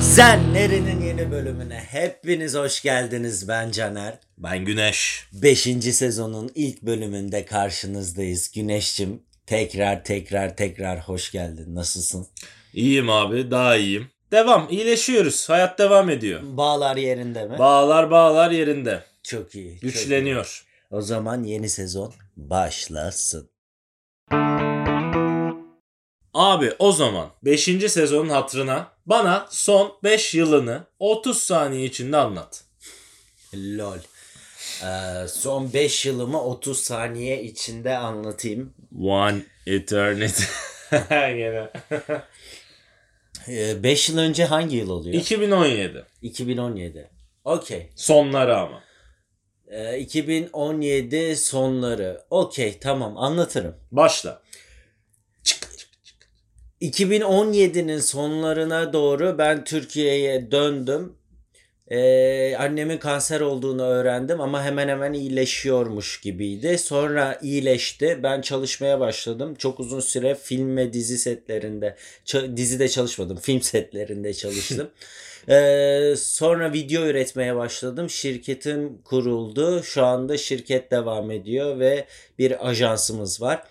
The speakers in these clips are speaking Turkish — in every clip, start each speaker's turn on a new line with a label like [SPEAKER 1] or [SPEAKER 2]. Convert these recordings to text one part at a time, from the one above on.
[SPEAKER 1] Zenlerin yeni bölümüne hepiniz hoş geldiniz. Ben Caner.
[SPEAKER 2] Ben Güneş.
[SPEAKER 1] 5. sezonun ilk bölümünde karşınızdayız. Güneş'cim tekrar tekrar tekrar hoş geldin. Nasılsın?
[SPEAKER 2] İyiyim abi daha iyiyim. Devam iyileşiyoruz. Hayat devam ediyor.
[SPEAKER 1] Bağlar yerinde mi?
[SPEAKER 2] Bağlar bağlar yerinde.
[SPEAKER 1] çok iyi. çok iyi.
[SPEAKER 2] Güçleniyor.
[SPEAKER 1] O zaman yeni sezon başlasın.
[SPEAKER 2] Abi o zaman 5. sezonun hatırına bana son 5 yılını 30 saniye içinde anlat.
[SPEAKER 1] Lol. Ee, son 5 yılımı 30 saniye içinde anlatayım.
[SPEAKER 2] One eternity. Gene.
[SPEAKER 1] 5 Ee, yıl önce hangi yıl oluyor?
[SPEAKER 2] 2017.
[SPEAKER 1] 2017. Okey.
[SPEAKER 2] Sonları ama.
[SPEAKER 1] Ee, 2017 sonları. Okey tamam anlatırım.
[SPEAKER 2] Başla.
[SPEAKER 1] 2017'nin sonlarına doğru ben Türkiye'ye döndüm. Ee, annemin kanser olduğunu öğrendim ama hemen hemen iyileşiyormuş gibiydi. Sonra iyileşti. Ben çalışmaya başladım. Çok uzun süre film ve dizi setlerinde, ç- dizide çalışmadım. Film setlerinde çalıştım. Ee, sonra video üretmeye başladım. Şirketim kuruldu. Şu anda şirket devam ediyor ve bir ajansımız var.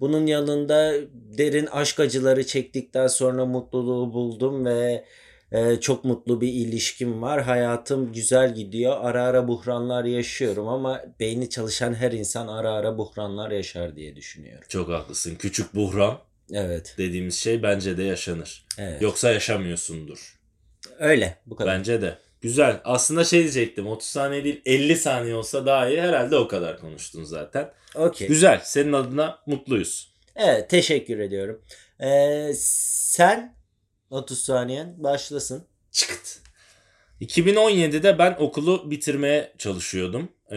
[SPEAKER 1] Bunun yanında derin aşk acıları çektikten sonra mutluluğu buldum ve e, çok mutlu bir ilişkim var. Hayatım güzel gidiyor. Ara ara buhranlar yaşıyorum ama beyni çalışan her insan ara ara buhranlar yaşar diye düşünüyorum.
[SPEAKER 2] Çok haklısın. Küçük buhran
[SPEAKER 1] Evet.
[SPEAKER 2] dediğimiz şey bence de yaşanır.
[SPEAKER 1] Evet.
[SPEAKER 2] Yoksa yaşamıyorsundur.
[SPEAKER 1] Öyle. Bu kadar.
[SPEAKER 2] Bence de. Güzel. Aslında şey diyecektim. 30 saniye değil 50 saniye olsa daha iyi. Herhalde o kadar konuştun zaten.
[SPEAKER 1] Okey.
[SPEAKER 2] Güzel. Senin adına mutluyuz.
[SPEAKER 1] Evet, teşekkür ediyorum. Ee, sen 30 saniyen başlasın.
[SPEAKER 2] Çıkıt. 2017'de ben okulu bitirmeye çalışıyordum. Ee,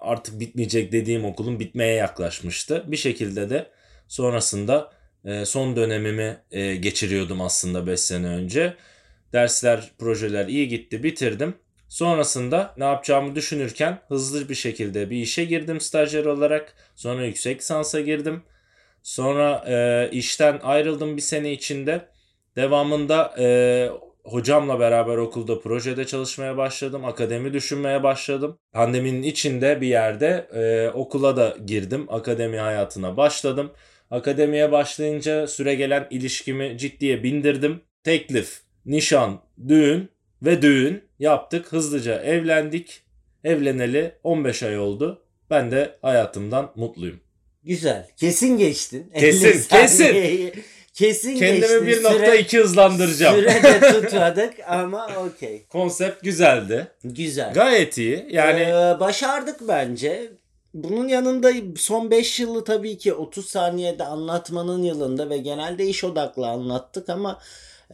[SPEAKER 2] artık bitmeyecek dediğim okulun bitmeye yaklaşmıştı. Bir şekilde de sonrasında e, son dönemimi e, geçiriyordum aslında 5 sene önce. Dersler, projeler iyi gitti, bitirdim. Sonrasında ne yapacağımı düşünürken hızlı bir şekilde bir işe girdim stajyer olarak. Sonra yüksek lisansa girdim. Sonra e, işten ayrıldım bir sene içinde. Devamında e, hocamla beraber okulda projede çalışmaya başladım. Akademi düşünmeye başladım. Pandeminin içinde bir yerde e, okula da girdim. Akademi hayatına başladım. Akademiye başlayınca süre gelen ilişkimi ciddiye bindirdim. Teklif, nişan, düğün ve düğün yaptık. Hızlıca evlendik. Evleneli 15 ay oldu. Ben de hayatımdan mutluyum.
[SPEAKER 1] Güzel. Kesin geçtin.
[SPEAKER 2] Kesin,
[SPEAKER 1] 50 saniyeyi. Kesin geçtin.
[SPEAKER 2] Kendimi
[SPEAKER 1] Süre-
[SPEAKER 2] 1.2 hızlandıracağım.
[SPEAKER 1] Süre de tutmadık ama okey.
[SPEAKER 2] Konsept güzeldi.
[SPEAKER 1] Güzel.
[SPEAKER 2] Gayet iyi. Yani
[SPEAKER 1] Ee, başardık bence. Bunun yanında son 5 yılı tabii ki 30 saniyede anlatmanın yılında ve genelde iş odaklı anlattık ama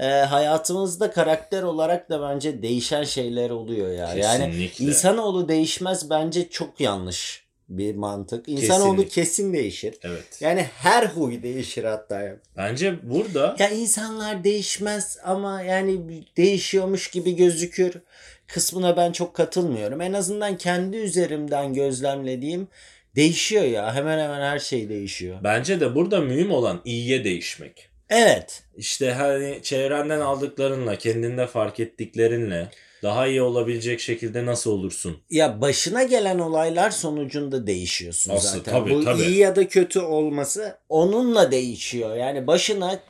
[SPEAKER 1] e, hayatımızda karakter olarak da bence değişen şeyler oluyor ya. Ee, Yani
[SPEAKER 2] Kesinlikle.
[SPEAKER 1] insanoğlu değişmez bence çok yanlış bir mantık. İnsanoğlu
[SPEAKER 2] Kesinlikle.
[SPEAKER 1] kesin değişir.
[SPEAKER 2] evet.
[SPEAKER 1] Yani her huy değişir hatta. ya.
[SPEAKER 2] Bence burada
[SPEAKER 1] Ya insanlar değişmez ama yani değişiyormuş gibi gözükür kısmına ben çok katılmıyorum. En azından kendi üzerimden gözlemlediğim değişiyor ya. Hemen hemen her şey değişiyor.
[SPEAKER 2] bence de burada mühim olan iyiye değişmek.
[SPEAKER 1] Evet.
[SPEAKER 2] İşte hani çevrenden aldıklarınla, kendinde fark ettiklerinle daha iyi olabilecek şekilde nasıl olursun?
[SPEAKER 1] Ya başına gelen olaylar sonucunda değişiyorsun
[SPEAKER 2] Aslında
[SPEAKER 1] zaten.
[SPEAKER 2] tabii,
[SPEAKER 1] Bu
[SPEAKER 2] tabii.
[SPEAKER 1] iyi ya da kötü olması onunla değişiyor. Yani başına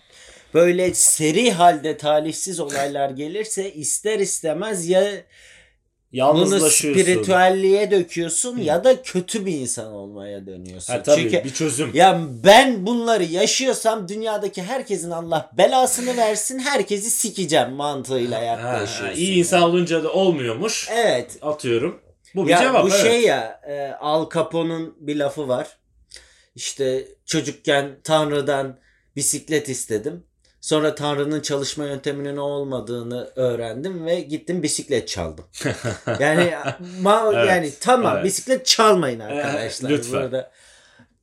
[SPEAKER 1] böyle seri halde talihsiz olaylar gelirse ister istemez ya Bunu
[SPEAKER 2] Yalnızlaşıyorsun.
[SPEAKER 1] spiritüelliğe döküyorsun
[SPEAKER 2] Hı.
[SPEAKER 1] ya da kötü bir insan olmaya dönüyorsun.
[SPEAKER 2] ha, tabii
[SPEAKER 1] Çünkü
[SPEAKER 2] bir çözüm.
[SPEAKER 1] ya ben bunları yaşıyorsam dünyadaki herkesin Allah belasını versin herkesi sikeceğim mantığıyla
[SPEAKER 2] Ha,
[SPEAKER 1] yaklaşıyorsun.
[SPEAKER 2] ha, iyi
[SPEAKER 1] yani.
[SPEAKER 2] insan olunca da olmuyormuş.
[SPEAKER 1] Evet.
[SPEAKER 2] Atıyorum. Bu bir
[SPEAKER 1] ya
[SPEAKER 2] cevap.
[SPEAKER 1] bu
[SPEAKER 2] evet.
[SPEAKER 1] şey ya e, Al Capone'un bir lafı var. İşte çocukken Tanrı'dan bisiklet istedim. Sonra Tanrı'nın çalışma yönteminin o olmadığını öğrendim ve gittim bisiklet çaldım. Yani ma-
[SPEAKER 2] Evet,
[SPEAKER 1] yani tamam
[SPEAKER 2] evet. Eh,
[SPEAKER 1] bisiklet çalmayın arkadaşlar.
[SPEAKER 2] lütfen.
[SPEAKER 1] Burada,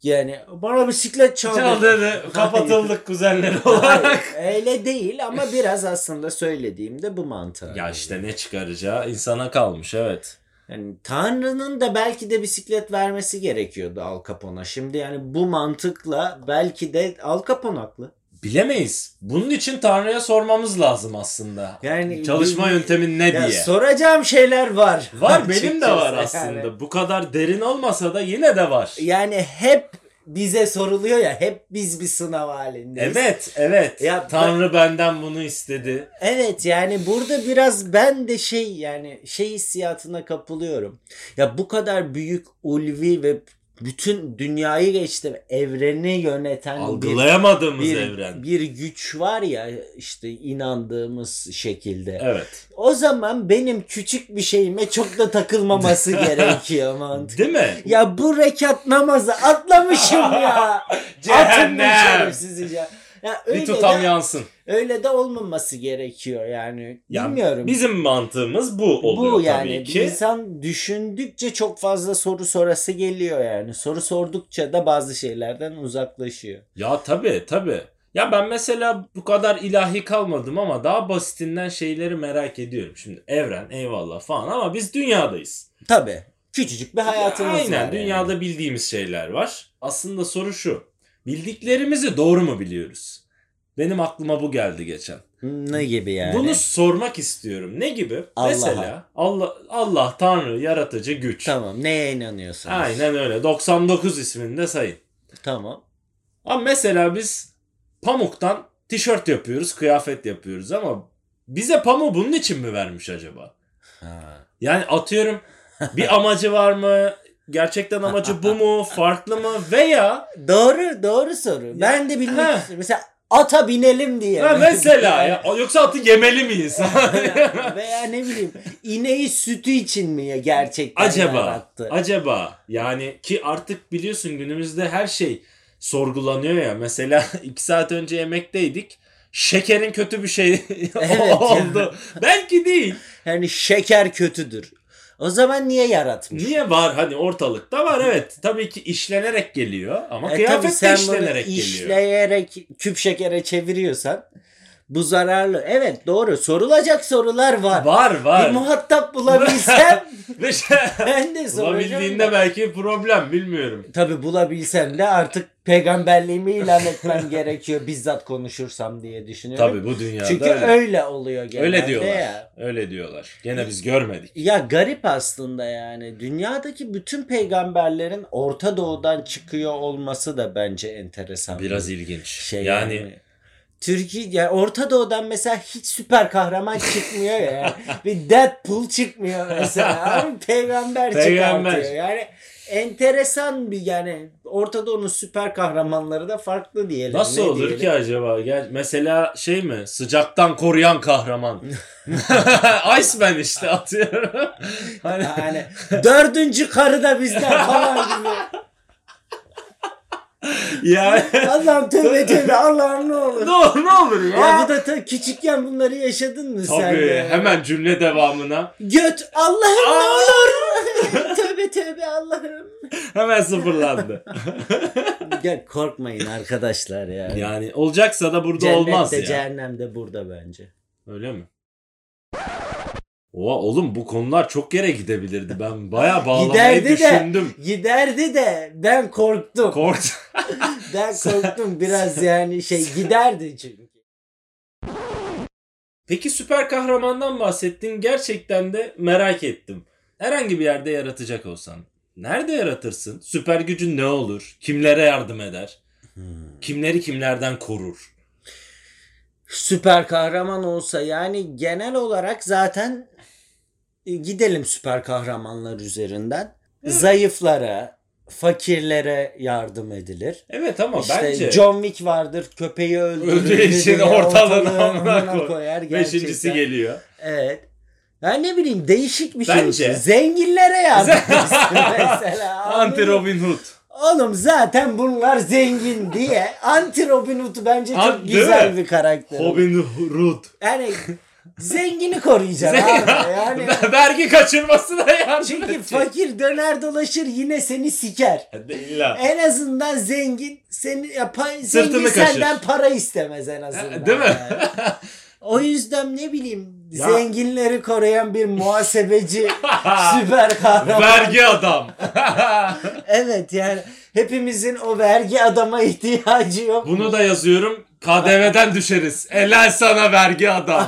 [SPEAKER 1] yani bana bisiklet çal.
[SPEAKER 2] Çal
[SPEAKER 1] dedi.
[SPEAKER 2] dedi. Kapatıldık kuzenleri olarak.
[SPEAKER 1] Hayır, öyle değil ama biraz aslında söylediğimde bu mantığı.
[SPEAKER 2] Ya işte ne çıkaracağı insana kalmış evet.
[SPEAKER 1] Yani Tanrı'nın da belki de bisiklet vermesi gerekiyordu Al Capone'a. Şimdi yani bu mantıkla belki de Al Capone haklı.
[SPEAKER 2] Bilemeyiz. Bunun için Tanrı'ya sormamız lazım aslında.
[SPEAKER 1] Yani
[SPEAKER 2] Çalışma
[SPEAKER 1] bil-
[SPEAKER 2] yöntemi ne
[SPEAKER 1] Ya
[SPEAKER 2] diye.
[SPEAKER 1] soracağım şeyler var.
[SPEAKER 2] var benim de var
[SPEAKER 1] Açıkçası yani.
[SPEAKER 2] aslında. Bu kadar derin olmasa da yine de var.
[SPEAKER 1] Yani hep bize soruluyor ya hep biz bir sınav halindeyiz.
[SPEAKER 2] Evet, evet.
[SPEAKER 1] Ya
[SPEAKER 2] Tanrı benden bunu istedi.
[SPEAKER 1] Evet yani burada biraz ben de şey yani şey hissiyatına kapılıyorum. Ya bu kadar büyük ulvi ve bütün dünyayı geçtim evreni yöneten Hani bir
[SPEAKER 2] Algılayamadığımız
[SPEAKER 1] bir,
[SPEAKER 2] evren.
[SPEAKER 1] bir güç var ya işte inandığımız şekilde.
[SPEAKER 2] Evet.
[SPEAKER 1] O zaman benim küçük bir şeyime çok da takılmaması gerekiyor mantık.
[SPEAKER 2] Değil mi?
[SPEAKER 1] Ya bu rekat namazı atlamışım ya. Atın bu
[SPEAKER 2] Cehennem.
[SPEAKER 1] şerefsizi ya. Ya
[SPEAKER 2] Bir
[SPEAKER 1] öyle
[SPEAKER 2] tutam
[SPEAKER 1] de,
[SPEAKER 2] yansın.
[SPEAKER 1] öyle de olmaması gerekiyor yani.
[SPEAKER 2] Ya
[SPEAKER 1] Bilmiyorum.
[SPEAKER 2] Bizim mantığımız bu oluyor
[SPEAKER 1] bu yani
[SPEAKER 2] tabii ki.
[SPEAKER 1] insan düşündükçe çok fazla soru sorası geliyor yani. Soru sordukça da bazı şeylerden uzaklaşıyor.
[SPEAKER 2] Ya tabii tabii. Ya ben mesela bu kadar ilahi kalmadım ama daha basitinden şeyleri merak ediyorum. Şimdi evren eyvallah falan ama biz dünyadayız.
[SPEAKER 1] Tabii. Küçücük bir hayatımız
[SPEAKER 2] Aynen
[SPEAKER 1] var. yani.
[SPEAKER 2] dünyada bildiğimiz şeyler var. Aslında soru şu. Bildiklerimizi doğru mu biliyoruz? Benim aklıma bu geldi geçen.
[SPEAKER 1] ne gibi yani?
[SPEAKER 2] Bunu sormak istiyorum. Ne gibi?
[SPEAKER 1] Allah'a.
[SPEAKER 2] Mesela Allah Allah Tanrı yaratıcı güç.
[SPEAKER 1] Tamam. Neye inanıyorsunuz?
[SPEAKER 2] Aynen öyle. 99 isminde sayın.
[SPEAKER 1] Tamam.
[SPEAKER 2] Ama mesela biz pamuktan tişört yapıyoruz, kıyafet yapıyoruz ama bize pamuğu bunun için mi vermiş acaba?
[SPEAKER 1] Ha.
[SPEAKER 2] Yani atıyorum bir amacı var mı? Gerçekten amacı bu mu? Farklı mı? Veya
[SPEAKER 1] Doğru, doğru soru. ben de bilmek
[SPEAKER 2] Ha.
[SPEAKER 1] istiyorum. Mesela ata binelim diye.
[SPEAKER 2] ha mesela ya, yoksa atı yemeli miyiz?
[SPEAKER 1] Veya ne bileyim ineği sütü için mi ya gerçekten
[SPEAKER 2] acaba
[SPEAKER 1] yarattı?
[SPEAKER 2] acaba yani ki artık biliyorsun günümüzde her şey sorgulanıyor ya mesela iki saat önce yemekteydik şekerin kötü bir şey
[SPEAKER 1] Evet.
[SPEAKER 2] oldu belki değil
[SPEAKER 1] Yani şeker kötüdür. O zaman niye yaratmış?
[SPEAKER 2] niye var hani ortalıkta var evet tabii ki işlenerek geliyor ama
[SPEAKER 1] E, tabii
[SPEAKER 2] kıyafet de
[SPEAKER 1] sen bunu
[SPEAKER 2] işlenerek geliyor
[SPEAKER 1] işleyerek küp şekere çeviriyorsan bu zararlı. Evet doğru. Sorulacak sorular var.
[SPEAKER 2] var
[SPEAKER 1] Bir
[SPEAKER 2] var
[SPEAKER 1] muhatap bulabilsem
[SPEAKER 2] Ve şey-
[SPEAKER 1] ben de soracağım.
[SPEAKER 2] bulabildiğinde belki problem bilmiyorum
[SPEAKER 1] Tabi bulabilsem de artık peygamberliğimi ilan etmem gerekiyor bizzat konuşursam diye düşünüyorum.
[SPEAKER 2] tabii bu dünyada
[SPEAKER 1] Çünkü öyle.
[SPEAKER 2] öyle.
[SPEAKER 1] oluyor genelde
[SPEAKER 2] Öyle diyorlar.
[SPEAKER 1] ya.
[SPEAKER 2] Öyle diyorlar. Gene biz görmedik.
[SPEAKER 1] Ya garip aslında yani. Dünyadaki bütün peygamberlerin Orta Doğu'dan çıkıyor olması da bence enteresan.
[SPEAKER 2] Biraz
[SPEAKER 1] bir
[SPEAKER 2] ilginç.
[SPEAKER 1] şey yani.
[SPEAKER 2] yani
[SPEAKER 1] Türkiye yani Orta Doğu'dan mesela hiç süper kahraman çıkmıyor ya. yani. Bir Deadpool çıkmıyor mesela. Abi peygamber,
[SPEAKER 2] Peygamber.
[SPEAKER 1] çıkartıyor. Yani enteresan bir yani Orta Doğu'nun süper kahramanları da farklı diyelim.
[SPEAKER 2] Nasıl
[SPEAKER 1] ne
[SPEAKER 2] olur
[SPEAKER 1] diyelim.
[SPEAKER 2] ki acaba? Gel mesela şey mi? Sıcaktan koruyan kahraman. Iceman işte atıyorum. hani
[SPEAKER 1] Yani dördüncü karı da bizden falan gibi.
[SPEAKER 2] yani
[SPEAKER 1] Allah'ım tövbe tövbe Allah'ım ne olur.
[SPEAKER 2] ne, olur- ne olur ya?
[SPEAKER 1] Ya bu da ta- küçükken bunları yaşadın mı sen?
[SPEAKER 2] Tabii
[SPEAKER 1] de?
[SPEAKER 2] hemen cümle devamına
[SPEAKER 1] Göt Allah'ım ne
[SPEAKER 2] Aa!
[SPEAKER 1] olur. tövbe tövbe Allah'ım.
[SPEAKER 2] hemen sıfırlandı.
[SPEAKER 1] Ya korkmayın arkadaşlar ya.
[SPEAKER 2] yani olacaksa da burada
[SPEAKER 1] Cennette,
[SPEAKER 2] olmaz ya.
[SPEAKER 1] cehennemde burada bence.
[SPEAKER 2] Öyle mi? Oha oğlum bu konular çok yere gidebilirdi. Ben bayağı bağlamayı
[SPEAKER 1] Giderdi de.
[SPEAKER 2] düşündüm.
[SPEAKER 1] Giderdi de ben korktum.
[SPEAKER 2] Korktum.
[SPEAKER 1] ben korktum biraz yani şey giderdi çünkü.
[SPEAKER 2] Peki süper kahramandan bahsettin. Gerçekten de merak ettim. Herhangi bir yerde yaratacak olsan. Nerede yaratırsın? Süper gücün ne olur? Kimlere yardım eder?
[SPEAKER 1] Hmm.
[SPEAKER 2] Kimleri kimlerden korur?
[SPEAKER 1] Süper kahraman olsa yani genel olarak zaten e, gidelim süper kahramanlar üzerinden. Zayıflara, fakirlere yardım edilir.
[SPEAKER 2] Evet ama
[SPEAKER 1] İşte
[SPEAKER 2] bence
[SPEAKER 1] John Wick vardır. Köpeği öldürür.
[SPEAKER 2] Öldüğü için
[SPEAKER 1] diye
[SPEAKER 2] ortalığı
[SPEAKER 1] ortalığı
[SPEAKER 2] amına
[SPEAKER 1] amına
[SPEAKER 2] koy.
[SPEAKER 1] koyar
[SPEAKER 2] beşincisi
[SPEAKER 1] gerçekten.
[SPEAKER 2] geliyor.
[SPEAKER 1] Evet. Ben ne bileyim değişik bir
[SPEAKER 2] Bence-
[SPEAKER 1] şey. olsun. Zenginlere yardım etsin mesela.
[SPEAKER 2] Anti Robin Hood.
[SPEAKER 1] Oğlum zaten bunlar zengin diye. Anti Robin Hood bence çok
[SPEAKER 2] An- değil
[SPEAKER 1] güzel
[SPEAKER 2] mi?
[SPEAKER 1] bir karakter.
[SPEAKER 2] Robin Hood.
[SPEAKER 1] Yani zengini koruyacaksın abi. Yani
[SPEAKER 2] Vergi kaçırmasına yardım
[SPEAKER 1] Hani çünkü
[SPEAKER 2] edecek.
[SPEAKER 1] fakir döner dolaşır yine seni siker.
[SPEAKER 2] İlla.
[SPEAKER 1] En azından zengin seni ya, pa-
[SPEAKER 2] Sırtını
[SPEAKER 1] zengin
[SPEAKER 2] kaşır.
[SPEAKER 1] senden para istemez en azından.
[SPEAKER 2] Değil mi?
[SPEAKER 1] yani. O yüzden ne bileyim
[SPEAKER 2] Ya-
[SPEAKER 1] zenginleri koruyan bir muhasebeci süper kahraman.
[SPEAKER 2] Vergi adam.
[SPEAKER 1] Evet yani hepimizin o vergi adama ihtiyacı yok.
[SPEAKER 2] Bunu da yazıyorum. KDV'den düşeriz. Helal sana vergi adam.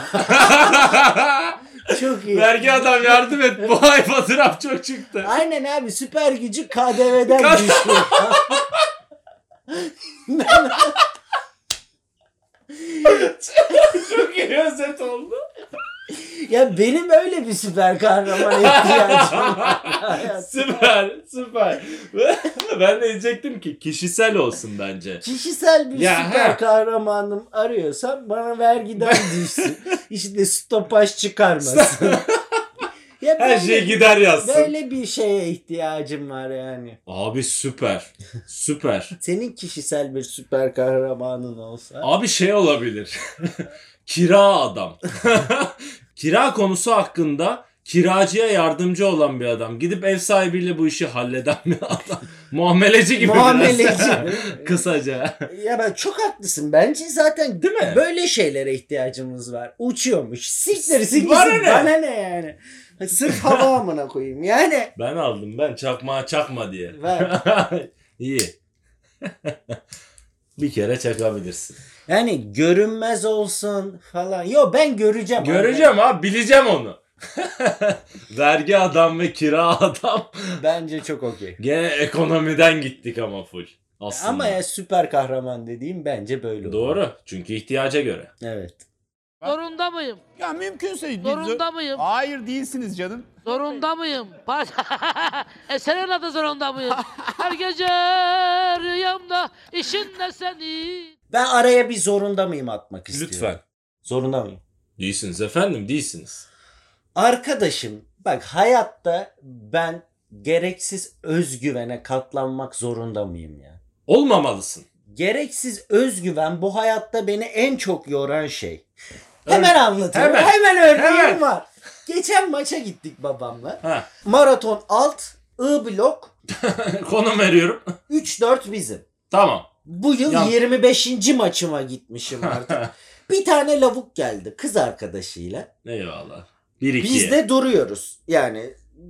[SPEAKER 1] Çok iyi.
[SPEAKER 2] vergi adam yardım et. Bu ay fotoğraf çok çıktı.
[SPEAKER 1] Aynen abi süper gücü KDV'den
[SPEAKER 2] Ka-
[SPEAKER 1] düştü. Ben-
[SPEAKER 2] çok iyi özet oldu.
[SPEAKER 1] ya benim öyle bir süper kahramana ihtiyacım var. hayatım.
[SPEAKER 2] süper süper. ben de diyecektim ki kişisel olsun bence.
[SPEAKER 1] Kişisel bir
[SPEAKER 2] Ya,
[SPEAKER 1] süper
[SPEAKER 2] ha.
[SPEAKER 1] kahramanım arıyorsan bana vergiden düşsün. İşte stopaj çıkarmasın. ya
[SPEAKER 2] Her
[SPEAKER 1] böyle,
[SPEAKER 2] şey gider yazsın.
[SPEAKER 1] böyle bir şeye ihtiyacım var yani.
[SPEAKER 2] Abi süper. Süper.
[SPEAKER 1] Senin kişisel bir süper kahramanın olsa.
[SPEAKER 2] Abi şey olabilir. Kira adam. Kira konusu hakkında kiracıya yardımcı olan bir adam. Gidip ev sahibiyle bu işi halleden bir adam. Muameleci gibi
[SPEAKER 1] Muameleci.
[SPEAKER 2] biraz. Kısaca.
[SPEAKER 1] Ya ben çok haklısın. Bence zaten
[SPEAKER 2] Değil mi?
[SPEAKER 1] böyle şeylere ihtiyacımız var. Uçuyormuş. Siktir siktir.
[SPEAKER 2] Bana ne?
[SPEAKER 1] Bana ne yani? Sırf hava amına koyayım. Yani
[SPEAKER 2] Ben aldım ben çakma çakma diye.
[SPEAKER 1] Ver.
[SPEAKER 2] İyi. bir kere çakabilirsin.
[SPEAKER 1] yani görünmez olsun falan. Yo ben göreceğim. abi.
[SPEAKER 2] Göreceğim abi bileceğim onu. Vergi adam ve kira adam.
[SPEAKER 1] Bence çok okey.
[SPEAKER 2] Gene ekonomiden gittik ama full. Aslında.
[SPEAKER 1] Ama ya süper kahraman dediğim bence böyle. olur.
[SPEAKER 2] Doğru. Çünkü ihtiyaca göre.
[SPEAKER 1] Evet.
[SPEAKER 3] Zorunda mıyım?
[SPEAKER 4] Ya mümkünse...
[SPEAKER 3] Zorunda mıyım?
[SPEAKER 4] Hayır değilsiniz canım.
[SPEAKER 3] Zorunda mıyım? Pa- e senin adı zorunda mıyım? Her gece rüyamda işin ne senin?
[SPEAKER 1] Ben araya bir zorunda mıyım atmak istiyorum.
[SPEAKER 2] Lütfen.
[SPEAKER 1] Zorunda mıyım?
[SPEAKER 2] Değilsiniz efendim değilsiniz.
[SPEAKER 1] Arkadaşım bak hayatta ben gereksiz özgüvene katlanmak zorunda mıyım ya?
[SPEAKER 2] Olmamalısın.
[SPEAKER 1] Gereksiz özgüven bu hayatta beni en çok yoran şey. Hemen anlatıyorum.
[SPEAKER 2] hemen,
[SPEAKER 1] Hemen, örneğim
[SPEAKER 2] hemen.
[SPEAKER 1] var. Geçen maça gittik babamla.
[SPEAKER 2] Ha.
[SPEAKER 1] Maraton alt, I blok,
[SPEAKER 2] Konum veriyorum.
[SPEAKER 1] 3-4 bizim.
[SPEAKER 2] tamam.
[SPEAKER 1] Bu yıl
[SPEAKER 2] Yan-
[SPEAKER 1] 25. maçıma gitmişim artık. bir tane lavuk geldi kız arkadaşıyla.
[SPEAKER 2] Eyvallah. 1 2.
[SPEAKER 1] Biz de duruyoruz. Yani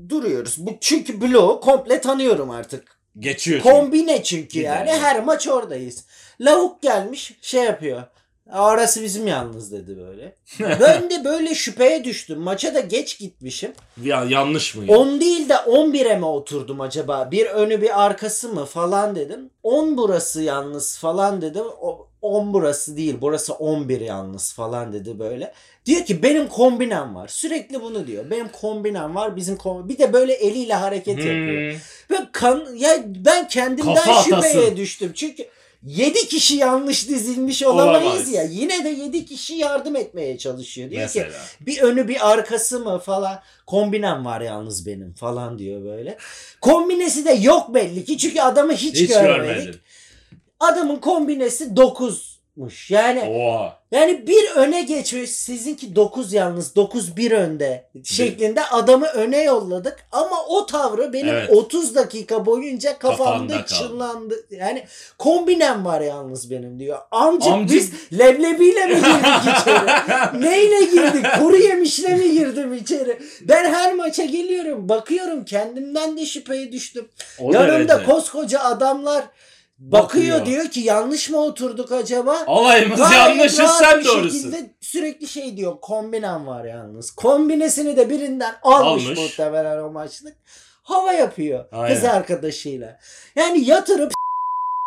[SPEAKER 1] duruyoruz. Bu çünkü bloğu komple tanıyorum artık.
[SPEAKER 2] geçiyorsun.
[SPEAKER 1] Kombine çünkü
[SPEAKER 2] Bir
[SPEAKER 1] yani.
[SPEAKER 2] dakika.
[SPEAKER 1] Her maç oradayız. Lavuk gelmiş şey yapıyor. "Aa, Orası bizim yalnız dedi böyle. ben de böyle şüpheye düştüm. Maça da geç gitmişim.
[SPEAKER 2] ya, yanlış mı? ya?
[SPEAKER 1] 10 değil de 11'e mi oturdum acaba? Bir önü bir arkası mı falan dedim. 10 burası yalnız falan dedim. O, 10 burası değil burası 11 yalnız falan dedi böyle. Diyor ki benim kombinem var. Sürekli bunu diyor. Benim kombinem var bizim kombinem. Bir de böyle eliyle hareket yapıyor.
[SPEAKER 2] Hmm.
[SPEAKER 1] Ve kan ya ben kendimden
[SPEAKER 2] Kafa
[SPEAKER 1] şüpheye
[SPEAKER 2] atası.
[SPEAKER 1] düştüm. Çünkü 7 kişi yanlış dizilmiş
[SPEAKER 2] Olamayız.
[SPEAKER 1] olamayız ya. Yine de 7 kişi yardım etmeye çalışıyor. Diyor ki
[SPEAKER 2] Mesela.
[SPEAKER 1] bir önü bir arkası mı falan. Kombinem var yalnız benim falan diyor böyle. Kombinesi de yok belli ki çünkü adamı hiç,
[SPEAKER 2] Hiç
[SPEAKER 1] görmedik.
[SPEAKER 2] görmedim.
[SPEAKER 1] Adamın kombinesi 9'muş. Yani
[SPEAKER 2] Oha.
[SPEAKER 1] yani bir öne geçmiş. Sizinki 9 yalnız 9 bir önde şeklinde adamı öne yolladık ama o tavrı benim
[SPEAKER 2] Evet.
[SPEAKER 1] 30 dakika boyunca
[SPEAKER 2] Kafanda
[SPEAKER 1] kafamda
[SPEAKER 2] kaldı.
[SPEAKER 1] çınlandı. Yani kombinem var yalnız benim diyor. Amcık,
[SPEAKER 2] Amcık-
[SPEAKER 1] biz leblebiyle mi girdik içeri? Neyle girdik? Kuru yemişle mi girdim içeri? Ben her maça geliyorum, bakıyorum kendimden de şüpheye düştüm.
[SPEAKER 2] O
[SPEAKER 1] Yanımda
[SPEAKER 2] derece.
[SPEAKER 1] koskoca adamlar bakıyor,
[SPEAKER 2] Bakıyor.
[SPEAKER 1] diyor ki yanlış mı oturduk acaba?
[SPEAKER 2] Alayımız
[SPEAKER 1] Gayet
[SPEAKER 2] yanlışız
[SPEAKER 1] rahat
[SPEAKER 2] sen
[SPEAKER 1] bir
[SPEAKER 2] doğrusun.
[SPEAKER 1] şekilde sürekli şey diyor kombinem var yalnız. Kombinesini de birinden almış,
[SPEAKER 2] Almış.
[SPEAKER 1] muhtemelen o maçlık. Hava yapıyor kız
[SPEAKER 2] Aynen.
[SPEAKER 1] arkadaşıyla. Yani yatırıp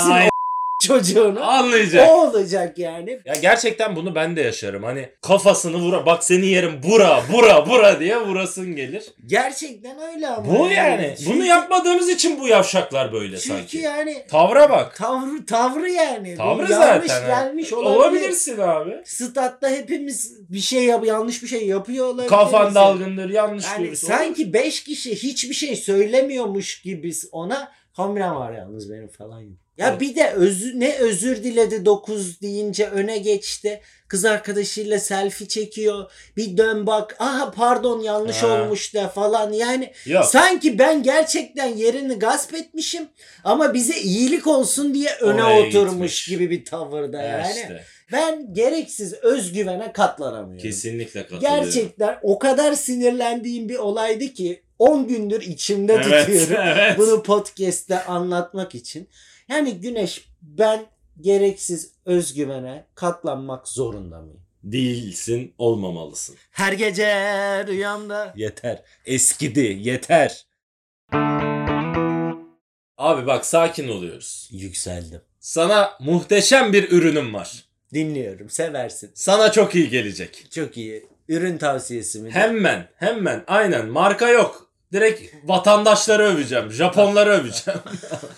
[SPEAKER 2] Aynen.
[SPEAKER 1] çocuğunu
[SPEAKER 2] Anlayacak.
[SPEAKER 1] o olacak yani.
[SPEAKER 2] Ya gerçekten bunu ben de yaşarım. Hani kafasını vura bak seni yerim bura bura bura diye vurasın gelir.
[SPEAKER 1] Gerçekten öyle ama.
[SPEAKER 2] Bu yani.
[SPEAKER 1] Çünkü-
[SPEAKER 2] Bunu yapmadığımız için bu yavşaklar böyle
[SPEAKER 1] Çünkü
[SPEAKER 2] sanki.
[SPEAKER 1] yani
[SPEAKER 2] Tavra bak.
[SPEAKER 1] tavrı tavrı yani. Bu
[SPEAKER 2] Tavrı
[SPEAKER 1] yanlış
[SPEAKER 2] zaten. E,
[SPEAKER 1] gelmiş olabilir.
[SPEAKER 2] Olabilirsin abi.
[SPEAKER 1] Statta hepimiz bir şey yap yanlış bir şey yapıyor olabiliriz.
[SPEAKER 2] Kafan
[SPEAKER 1] Yani.
[SPEAKER 2] dalgındır yanlış
[SPEAKER 1] Yani
[SPEAKER 2] diyoruz.
[SPEAKER 1] sanki 5 kişi hiçbir şey söylemiyormuş gibi ona kombinem var yalnız benim falan. gibi. Ya
[SPEAKER 2] Evet.
[SPEAKER 1] bir de özü, ne özür diledi 9 deyince öne geçti. Kız arkadaşıyla selfie çekiyor. Bir dön bak. Aha pardon yanlış
[SPEAKER 2] Ha.
[SPEAKER 1] olmuş da falan. Yani
[SPEAKER 2] Yok.
[SPEAKER 1] sanki ben gerçekten yerini gasp etmişim ama bize iyilik olsun diye öne
[SPEAKER 2] Oraya
[SPEAKER 1] oturmuş
[SPEAKER 2] gitmiş.
[SPEAKER 1] gibi bir tavırda
[SPEAKER 2] Ya
[SPEAKER 1] yani.
[SPEAKER 2] işte.
[SPEAKER 1] Ben gereksiz özgüvene katlanamıyorum.
[SPEAKER 2] Kesinlikle katılıyorum.
[SPEAKER 1] Gerçekten o kadar sinirlendiğim bir olaydı ki 10 gündür içimde
[SPEAKER 2] Evet,
[SPEAKER 1] tutuyorum.
[SPEAKER 2] evet.
[SPEAKER 1] Bunu podcast'te anlatmak için. Yani Güneş ben gereksiz özgüvene katlanmak zorunda mıyım?
[SPEAKER 2] Değilsin, olmamalısın.
[SPEAKER 1] Her gece rüyamda.
[SPEAKER 2] Yeter. Eskidi, yeter. Abi bak sakin oluyoruz.
[SPEAKER 1] Yükseldim.
[SPEAKER 2] Sana muhteşem bir ürünüm var.
[SPEAKER 1] Dinliyorum. Seversin.
[SPEAKER 2] Sana çok iyi gelecek.
[SPEAKER 1] Çok iyi. Ürün tavsiyesi mi?
[SPEAKER 2] Hemen, hemen, aynen. Marka yok. Direkt vatandaşları öveceğim. Japonları öveceğim.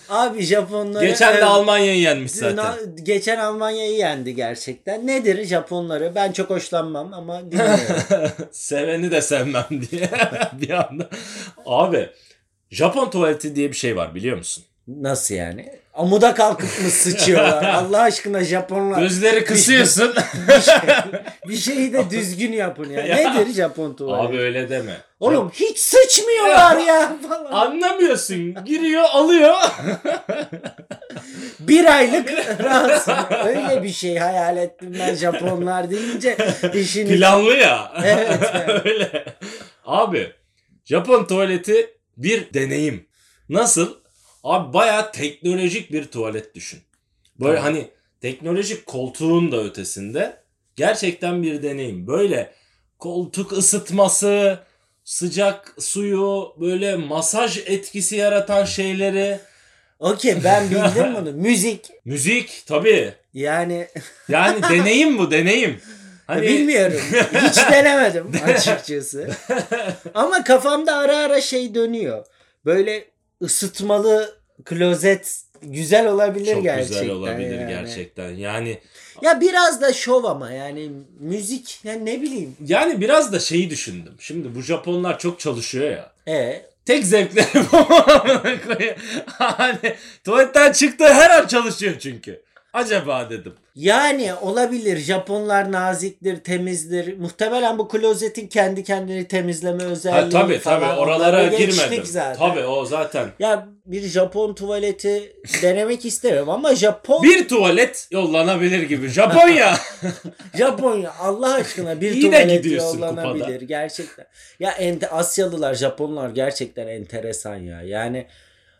[SPEAKER 1] Abi Japonları...
[SPEAKER 2] Geçen de
[SPEAKER 1] Evet.
[SPEAKER 2] Almanya'yı yenmiş
[SPEAKER 1] Dün
[SPEAKER 2] zaten.
[SPEAKER 1] Al- Geçen Almanya'yı yendi gerçekten. Nedir Japonları? Ben çok hoşlanmam ama dinliyorum.
[SPEAKER 2] Seveni de sevmem diye bir anda. Abi Japon tuvaleti diye bir şey var biliyor musun?
[SPEAKER 1] Nasıl yani? Amuda kalkıp mı sıçıyorlar? Allah aşkına Japonlar.
[SPEAKER 2] Gözleri kısıyorsun.
[SPEAKER 1] Bir şey, bir şeyi de düzgün yapın ya.
[SPEAKER 2] Ya.
[SPEAKER 1] Nedir Japon tuvaleti?
[SPEAKER 2] Abi öyle deme.
[SPEAKER 1] Oğlum hiç sıçmıyorlar ya falan.
[SPEAKER 2] Anlamıyorsun. Giriyor alıyor.
[SPEAKER 1] Bir aylık rahatsız. Öyle bir şey hayal ettim ben Japonlar deyince işin
[SPEAKER 2] Planlı ya.
[SPEAKER 1] Evet, evet.
[SPEAKER 2] öyle. Abi Japon tuvaleti bir deneyim. Nasıl? Abi bayağı teknolojik bir tuvalet düşün. Böyle
[SPEAKER 1] Tamam.
[SPEAKER 2] hani teknolojik koltuğun da ötesinde gerçekten bir deneyim. Böyle koltuk ısıtması, sıcak suyu, böyle masaj etkisi yaratan şeyleri,
[SPEAKER 1] Okey ben bildim bunu. Müzik
[SPEAKER 2] müzik tabii.
[SPEAKER 1] yani
[SPEAKER 2] Yani deneyim bu deneyim. Hani
[SPEAKER 1] Bilmiyorum. Hiç denemedim açıkçası. Ama kafamda ara ara şey dönüyor. Böyle ısıtmalı klozet güzel olabilir
[SPEAKER 2] çok
[SPEAKER 1] gerçekten.
[SPEAKER 2] güzel olabilir
[SPEAKER 1] yani.
[SPEAKER 2] gerçekten. Yani
[SPEAKER 1] Ya biraz da şov ama yani müzik yani ne bileyim.
[SPEAKER 2] Yani biraz da şeyi düşündüm. Şimdi bu Japonlar çok çalışıyor ya.
[SPEAKER 1] E
[SPEAKER 2] Tek zevkleri bu. amına koyayım. hani tuvaletten çıktı her an çalışıyor çünkü. Acaba dedim.
[SPEAKER 1] yani olabilir. Japonlar naziktir, temizdir. Muhtemelen bu klozetin kendi kendini temizleme özelliği
[SPEAKER 2] Ha, tabii tabii
[SPEAKER 1] falan.
[SPEAKER 2] oralara
[SPEAKER 1] Onlara geçtik
[SPEAKER 2] girmedim.
[SPEAKER 1] zaten.
[SPEAKER 2] Tabii o zaten.
[SPEAKER 1] Ya bir Japon tuvaleti denemek isterim ama Japon
[SPEAKER 2] Bir tuvalet yollanabilir gibi. Japonya.
[SPEAKER 1] Japonya Allah aşkına bir
[SPEAKER 2] İyi de
[SPEAKER 1] tuvalet
[SPEAKER 2] gidiyorsun
[SPEAKER 1] yollanabilir
[SPEAKER 2] kupada.
[SPEAKER 1] gerçekten. Ya ente Asyalılar, Japonlar gerçekten enteresan ya. Yani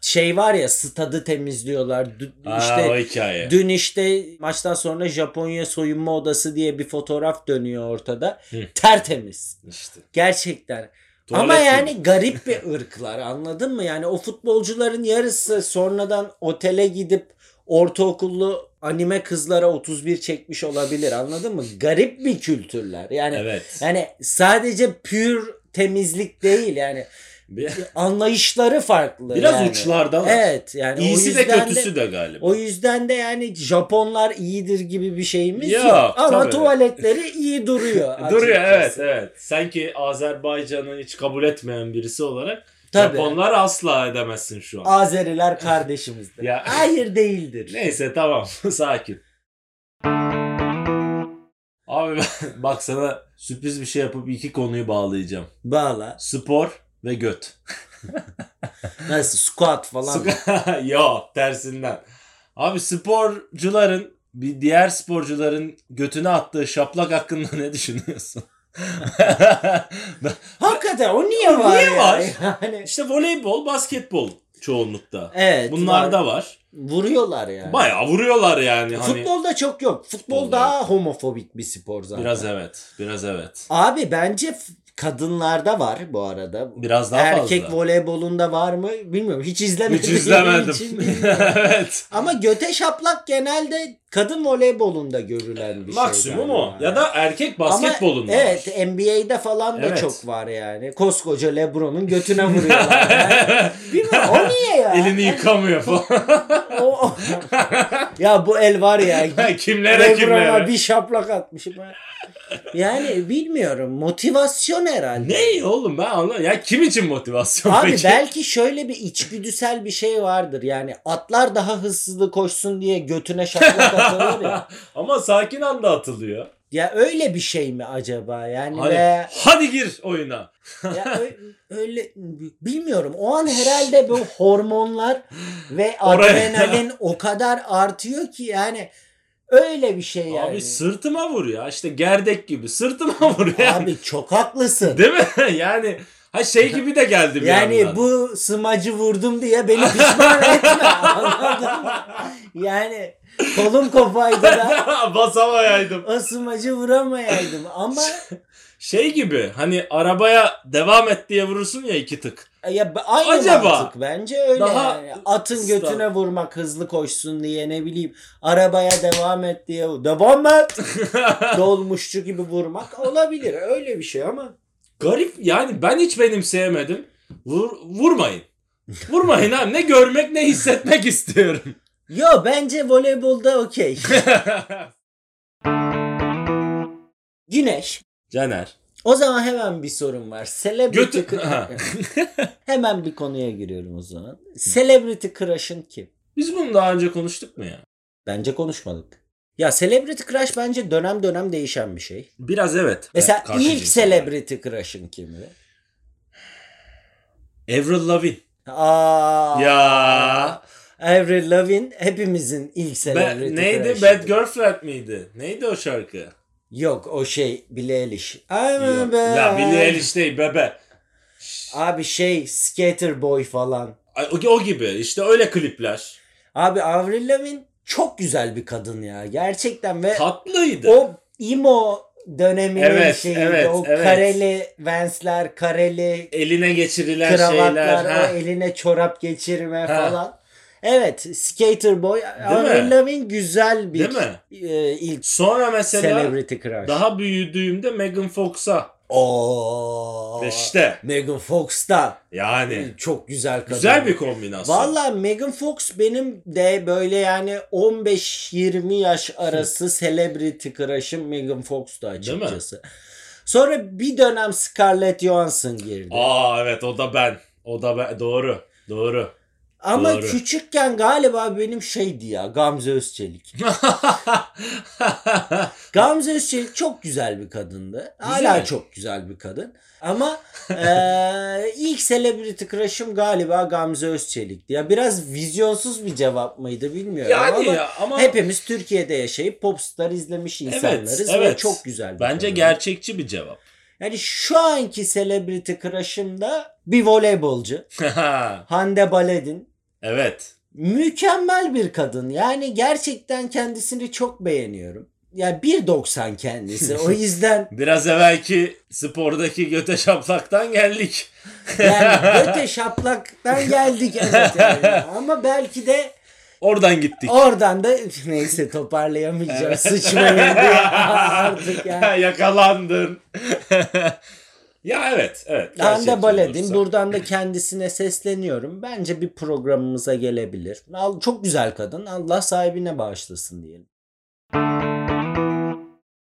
[SPEAKER 1] şey var ya stadı temizliyorlar. Dü-
[SPEAKER 2] Aa, o
[SPEAKER 1] işte
[SPEAKER 2] hikaye.
[SPEAKER 1] dün işte maçtan sonra Japonya soyunma odası diye bir fotoğraf dönüyor ortada.
[SPEAKER 2] Hı.
[SPEAKER 1] Tertemiz.
[SPEAKER 2] İşte.
[SPEAKER 1] Gerçekten.
[SPEAKER 2] Tuvalet
[SPEAKER 1] Ama
[SPEAKER 2] gibi.
[SPEAKER 1] yani garip bir ırklar anladın mı? Yani o futbolcuların yarısı sonradan otele gidip ortaokullu anime kızlara 31 çekmiş olabilir anladın mı? Garip bir kültürler. Yani
[SPEAKER 2] Evet.
[SPEAKER 1] yani sadece pür temizlik değil yani
[SPEAKER 2] Bir-
[SPEAKER 1] anlayışları farklı.
[SPEAKER 2] Biraz
[SPEAKER 1] yani.
[SPEAKER 2] uçlarda var.
[SPEAKER 1] Evet yani
[SPEAKER 2] İyisi
[SPEAKER 1] o
[SPEAKER 2] de
[SPEAKER 1] yüzden
[SPEAKER 2] kötüsü de, galiba.
[SPEAKER 1] o yüzden de yani Japonlar iyidir gibi bir şeyimiz
[SPEAKER 2] Yok,
[SPEAKER 1] yok. Ama
[SPEAKER 2] tabii.
[SPEAKER 1] tuvaletleri iyi duruyor.
[SPEAKER 2] Duruyor evet
[SPEAKER 1] açıkçası.
[SPEAKER 2] evet. Sanki Azerbaycan'ı hiç kabul etmeyen birisi olarak
[SPEAKER 1] Tabii.
[SPEAKER 2] Japonlar asla edemezsin şu an.
[SPEAKER 1] Azeriler kardeşimizdir.
[SPEAKER 2] Ya-
[SPEAKER 1] Hayır değildir.
[SPEAKER 2] Neyse tamam sakin. Abi ben- bak sana sürpriz bir şey yapıp iki konuyu bağlayacağım.
[SPEAKER 1] Bağla.
[SPEAKER 2] Spor ve göt.
[SPEAKER 1] Nasıl squat falan.
[SPEAKER 2] Yo tersinden. Abi sporcuların bir diğer sporcuların götüne attığı şaplak hakkında ne düşünüyorsun?
[SPEAKER 1] Hakikaten o niye var?
[SPEAKER 2] niye
[SPEAKER 1] ya?
[SPEAKER 2] var?
[SPEAKER 1] Yani,
[SPEAKER 2] işte voleybol, basketbol çoğunlukta.
[SPEAKER 1] evet.
[SPEAKER 2] Bunlar
[SPEAKER 1] var.
[SPEAKER 2] da var.
[SPEAKER 1] vuruyorlar yani.
[SPEAKER 2] Bayağı vuruyorlar yani. Hani
[SPEAKER 1] Futbolda çok yok. Futbol
[SPEAKER 2] Futbol
[SPEAKER 1] daha homofobik bir spor zaten.
[SPEAKER 2] biraz er- evet. Biraz evet.
[SPEAKER 1] Abi bence f- kadınlarda var bu arada.
[SPEAKER 2] Biraz daha fazla.
[SPEAKER 1] Erkek voleybolunda var mı bilmiyorum. Hiç izlemedim.
[SPEAKER 2] Hiç izlemedim.
[SPEAKER 1] şey
[SPEAKER 2] evet.
[SPEAKER 1] Ama göte şaplak genelde kadın voleybolunda görülen bir şey.
[SPEAKER 2] Maksimum
[SPEAKER 1] galiba.
[SPEAKER 2] o. Ya da erkek basketbolunda.
[SPEAKER 1] Ama, evet NBA'de falan da
[SPEAKER 2] Evet.
[SPEAKER 1] çok var yani. Koskoca Lebron'un götüne vuruyorlar. Yani. Bilmiyorum, o niye ya?
[SPEAKER 2] Elini yıkamıyor falan.
[SPEAKER 1] O, o- ya bu el var ya.
[SPEAKER 2] kimlere
[SPEAKER 1] Lebron'a
[SPEAKER 2] kimlere.
[SPEAKER 1] bir şaplak atmışım. ha. Yani bilmiyorum. Motivasyon herhalde.
[SPEAKER 2] Ne oğlum ben anlamadım. Ya kim için motivasyon
[SPEAKER 1] Abi
[SPEAKER 2] peki?
[SPEAKER 1] belki şöyle bir içgüdüsel bir şey vardır. Yani atlar daha hızlı koşsun diye götüne şaplak atılır ya.
[SPEAKER 2] Ama sakin anda atılıyor.
[SPEAKER 1] Ya öyle bir şey mi acaba? Yani
[SPEAKER 2] Hani,
[SPEAKER 1] ve-
[SPEAKER 2] hadi gir oyuna.
[SPEAKER 1] ya ö- öyle bilmiyorum. O an herhalde bu hormonlar ve
[SPEAKER 2] Oraya-
[SPEAKER 1] adrenalin o kadar artıyor ki yani Öyle bir şey yani.
[SPEAKER 2] Abi sırtıma vur ya. İşte gerdek gibi. Sırtıma vur ya.
[SPEAKER 1] Abi çok haklısın.
[SPEAKER 2] Değil mi? Yani ha şey gibi de geldi bir
[SPEAKER 1] Yani
[SPEAKER 2] yandan.
[SPEAKER 1] bu smacı vurdum diye beni pişman etme. Anladın mı? Yani kolum kopaydı da
[SPEAKER 2] basamayaydım.
[SPEAKER 1] o smacı vuramayaydım. Ama
[SPEAKER 2] Şey gibi hani arabaya devam et diye vurursun ya iki tık.
[SPEAKER 1] E, ya b- aynı
[SPEAKER 2] Acaba?
[SPEAKER 1] mantık bence öyle.
[SPEAKER 2] Daha
[SPEAKER 1] yani. Atın
[SPEAKER 2] ısta-
[SPEAKER 1] götüne vurmak hızlı koşsun diye ne bileyim. Arabaya devam et diye. Devam et. Dolmuşçu gibi vurmak olabilir. Öyle bir şey ama.
[SPEAKER 2] Garip yani ben hiç benimseyemedim. Vur, vurmayın. Vurmayın abi ne görmek ne hissetmek istiyorum.
[SPEAKER 1] Yo bence voleybolda okey. Güneş.
[SPEAKER 2] Caner.
[SPEAKER 1] O zaman hemen bir sorum var. Celebrity
[SPEAKER 2] Götü... Ha.
[SPEAKER 1] Hemen bir konuya giriyorum o zaman. Celebrity crush'ın kim?
[SPEAKER 2] Biz bunu daha önce konuştuk mu ya?
[SPEAKER 1] Bence konuşmadık. Ya celebrity crush bence dönem dönem değişen bir şey.
[SPEAKER 2] Biraz evet.
[SPEAKER 1] Mesela
[SPEAKER 2] Karşı
[SPEAKER 1] ilk
[SPEAKER 2] cinsten.
[SPEAKER 1] celebrity crush'ın kimi?
[SPEAKER 2] Avril Lavigne.
[SPEAKER 1] Aa.
[SPEAKER 2] Ya.
[SPEAKER 1] Avril Lavigne hepimizin ilk
[SPEAKER 2] Ba-
[SPEAKER 1] celebrity
[SPEAKER 2] neydi?
[SPEAKER 1] crush'ıydı.
[SPEAKER 2] Bad Girlfriend miydi? Neydi o şarkı?
[SPEAKER 1] Yok o şey Billie Eilish.
[SPEAKER 2] Yok.
[SPEAKER 1] Ama be.
[SPEAKER 2] Ya Billie Eilish değil bebe.
[SPEAKER 1] Abi şey Skater Boy falan.
[SPEAKER 2] Ay, O, o gibi işte öyle klipler.
[SPEAKER 1] Abi Avril Lavigne çok güzel bir kadın ya. Gerçekten ve
[SPEAKER 2] Tatlıydı.
[SPEAKER 1] E, o emo döneminin
[SPEAKER 2] Evet,
[SPEAKER 1] şeyi
[SPEAKER 2] evet,
[SPEAKER 1] o
[SPEAKER 2] evet.
[SPEAKER 1] kareli Vans'ler, kareli
[SPEAKER 2] Eline geçirilen
[SPEAKER 1] kravatlar,
[SPEAKER 2] şeyler. Ha.
[SPEAKER 1] o eline çorap geçirme
[SPEAKER 2] Ha.
[SPEAKER 1] falan. Evet, Skater Boy Avril
[SPEAKER 2] mi?
[SPEAKER 1] Lavigne güzel bir
[SPEAKER 2] Değil mi?
[SPEAKER 1] e, ilk
[SPEAKER 2] Sonra mesela
[SPEAKER 1] celebrity crush.
[SPEAKER 2] daha büyüdüğümde Megan Fox'a.
[SPEAKER 1] Oo.
[SPEAKER 2] İşte
[SPEAKER 1] Megan Fox da
[SPEAKER 2] yani.
[SPEAKER 1] çok güzel kadın.
[SPEAKER 2] Güzel bir kombinasyon.
[SPEAKER 1] Valla Megan Fox benim de böyle yani 15-20 yaş arası celebrity crush'ım Megan Fox'tu
[SPEAKER 2] Değil mi?
[SPEAKER 1] açıkçası. Sonra bir dönem Scarlett Johansson girdi.
[SPEAKER 2] Aa evet o da ben. O da ben. Doğru. Doğru.
[SPEAKER 1] Ama
[SPEAKER 2] doğru.
[SPEAKER 1] küçükken galiba benim şeydi ya Gamze Özçelik. Gamze Özçelik çok güzel bir kadındı. Hala
[SPEAKER 2] Güzel.
[SPEAKER 1] çok güzel bir kadın. Ama eee, ilk celebrity crush'ım galiba Gamze Özçelik'ti. Ya biraz vizyonsuz bir cevap mıydı bilmiyorum
[SPEAKER 2] yani
[SPEAKER 1] ama
[SPEAKER 2] ya ama
[SPEAKER 1] Hepimiz Türkiye'de yaşayıp popstar izlemiş insanlarız ve
[SPEAKER 2] evet.
[SPEAKER 1] çok güzel. bir
[SPEAKER 2] bence
[SPEAKER 1] konu.
[SPEAKER 2] gerçekçi bir cevap.
[SPEAKER 1] Yani şu anki celebrity crush'ım da bir voleybolcu. Hande Baledin.
[SPEAKER 2] evet.
[SPEAKER 1] Mükemmel bir kadın. Yani gerçekten kendisini çok beğeniyorum. Ya 1.90 kendisi. O yüzden
[SPEAKER 2] Biraz evvelki spordaki göte şaplaktan geldik.
[SPEAKER 1] yani öte şaplaktan geldik evet yani. Ama belki de
[SPEAKER 2] Oradan gittik.
[SPEAKER 1] oradan da neyse toparlayamayacağız. Sıçmayın diye artık yani.
[SPEAKER 2] Yakalandın. ya evet evet.
[SPEAKER 1] Hande
[SPEAKER 2] Gerçekçi
[SPEAKER 1] Baledin
[SPEAKER 2] olursa.
[SPEAKER 1] buradan da kendisine sesleniyorum. Bence bir programımıza gelebilir. Al- Çok güzel kadın. Allah sahibine bağışlasın diyelim.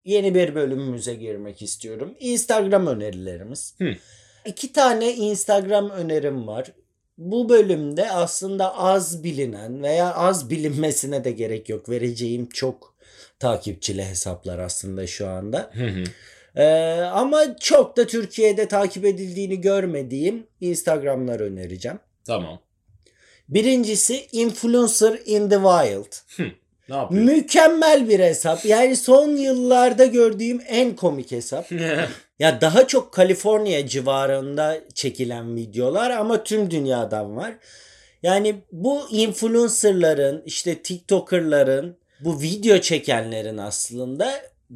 [SPEAKER 1] Yeni bir bölümümüze girmek istiyorum. Instagram önerilerimiz.
[SPEAKER 2] Hı.
[SPEAKER 1] İki tane Instagram önerim var. Bu bölümde aslında az bilinen veya az bilinmesine de gerek yok. Vereceğim çok takipçili hesaplar aslında şu anda.
[SPEAKER 2] Hı hı.
[SPEAKER 1] Ee, ama çok da Türkiye'de takip edildiğini görmediğim Instagram'lar önereceğim.
[SPEAKER 2] tamam.
[SPEAKER 1] Birincisi Influencer in the Wild.
[SPEAKER 2] Ne yapıyorsun?
[SPEAKER 1] Mükemmel bir hesap. Yani son yıllarda gördüğüm en komik hesap. Ya daha çok Kaliforniya civarında çekilen videolar ama tüm dünyadan var. Yani bu influencerların, işte TikToker'ların, bu video çekenlerin aslında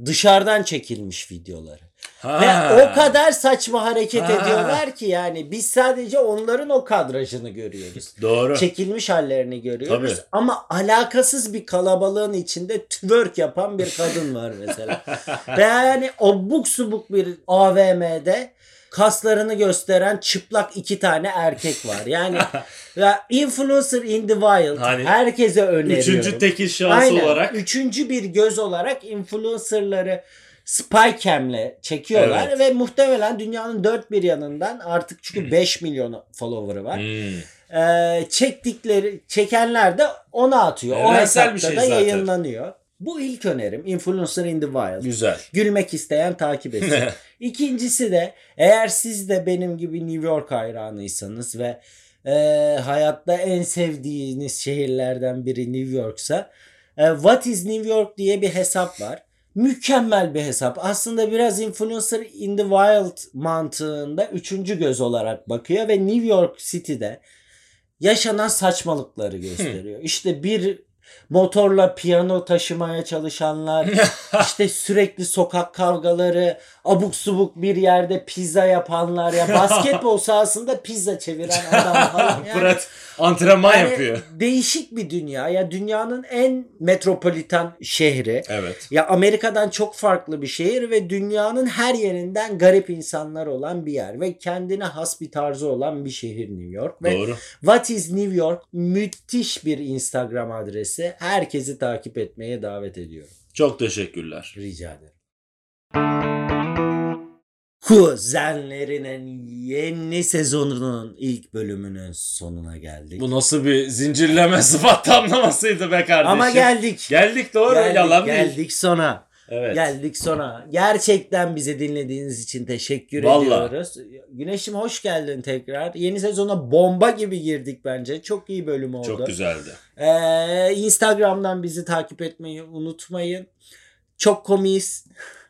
[SPEAKER 1] dışarıdan çekilmiş videoları. Ve
[SPEAKER 2] Ha.
[SPEAKER 1] o kadar saçma hareket
[SPEAKER 2] Ha.
[SPEAKER 1] ediyorlar ki yani biz sadece onların o kadrajını görüyoruz.
[SPEAKER 2] Doğru.
[SPEAKER 1] Çekilmiş hallerini görüyoruz
[SPEAKER 2] Tabii.
[SPEAKER 1] ama alakasız bir kalabalığın içinde twerk yapan bir kadın var mesela. Ve yani obuk subuk bir AVM'de kaslarını gösteren çıplak iki tane erkek var. Yani ya influencer in the wild
[SPEAKER 2] Hani
[SPEAKER 1] herkese öneriyorum.
[SPEAKER 2] Üçüncü tekil şans
[SPEAKER 1] Aynen.
[SPEAKER 2] olarak.
[SPEAKER 1] Üçüncü bir göz olarak influencerları Spycam'le çekiyorlar
[SPEAKER 2] Evet.
[SPEAKER 1] ve muhtemelen dünyanın dört bir yanından artık çünkü 5 milyon follower'ı var.
[SPEAKER 2] Hmm.
[SPEAKER 1] Ee, çektikleri çekenler de ona atıyor. o
[SPEAKER 2] Evrensel bir
[SPEAKER 1] hesapta
[SPEAKER 2] şey
[SPEAKER 1] da
[SPEAKER 2] zaten.
[SPEAKER 1] yayınlanıyor. Bu ilk önerim Influencer in the Wild.
[SPEAKER 2] Güzel.
[SPEAKER 1] Gülmek isteyen takip etsin. İkincisi de eğer siz de benim gibi New York hayranıysanız ve Ee, e, hayatta en sevdiğiniz şehirlerden biri New York'sa E, What is New York diye bir hesap var. Mükemmel bir hesap. Aslında biraz influencer in the wild mantığında üçüncü göz olarak bakıyor ve New York City'de yaşanan saçmalıkları gösteriyor. İşte bir motorla piyano taşımaya çalışanlar, işte sürekli sokak kavgaları, abuk subuk bir yerde pizza yapanlar ya basketbol sahasında pizza çeviren adam falan. Yani-
[SPEAKER 2] Fırat antrenman
[SPEAKER 1] yani
[SPEAKER 2] yapıyor.
[SPEAKER 1] Değişik bir dünya. Ya dünyanın en metropolitan şehri.
[SPEAKER 2] Evet.
[SPEAKER 1] Ya Amerika'dan çok farklı bir şehir ve dünyanın her yerinden garip insanlar olan bir yer ve kendine has bir tarzı olan bir şehir New York ve
[SPEAKER 2] Doğru.
[SPEAKER 1] What is New York müthiş bir Instagram adresi. Herkesi takip etmeye davet ediyorum.
[SPEAKER 2] Çok teşekkürler.
[SPEAKER 1] Rica ederim. Kuzenlerinin yeni sezonunun ilk bölümünün sonuna geldik.
[SPEAKER 2] Bu nasıl bir zincirleme sıfat tamlamasıydı be kardeşim.
[SPEAKER 1] Ama geldik.
[SPEAKER 2] Geldik doğru
[SPEAKER 1] Geldik,
[SPEAKER 2] yalan değil.
[SPEAKER 1] geldik sona.
[SPEAKER 2] Evet.
[SPEAKER 1] Geldik sona. Gerçekten bizi dinlediğiniz için teşekkür
[SPEAKER 2] Vallahi.
[SPEAKER 1] ediyoruz. Güneşim hoş geldin tekrar. Yeni sezona bomba gibi girdik bence. Çok iyi bölüm oldu.
[SPEAKER 2] Çok güzeldi.
[SPEAKER 1] Ee, Instagram'dan bizi takip etmeyi unutmayın. Çok komiyiz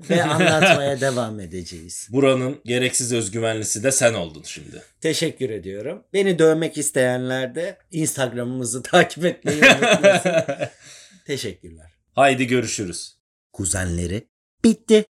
[SPEAKER 1] ve anlatmaya devam edeceğiz.
[SPEAKER 2] Buranın gereksiz özgüvenlisi de sen oldun şimdi.
[SPEAKER 1] Teşekkür ediyorum. Beni dövmek isteyenler de Instagram'ımızı takip etmeyi unutmasın. Teşekkürler.
[SPEAKER 2] Haydi görüşürüz.
[SPEAKER 1] Kuzenleri bitti.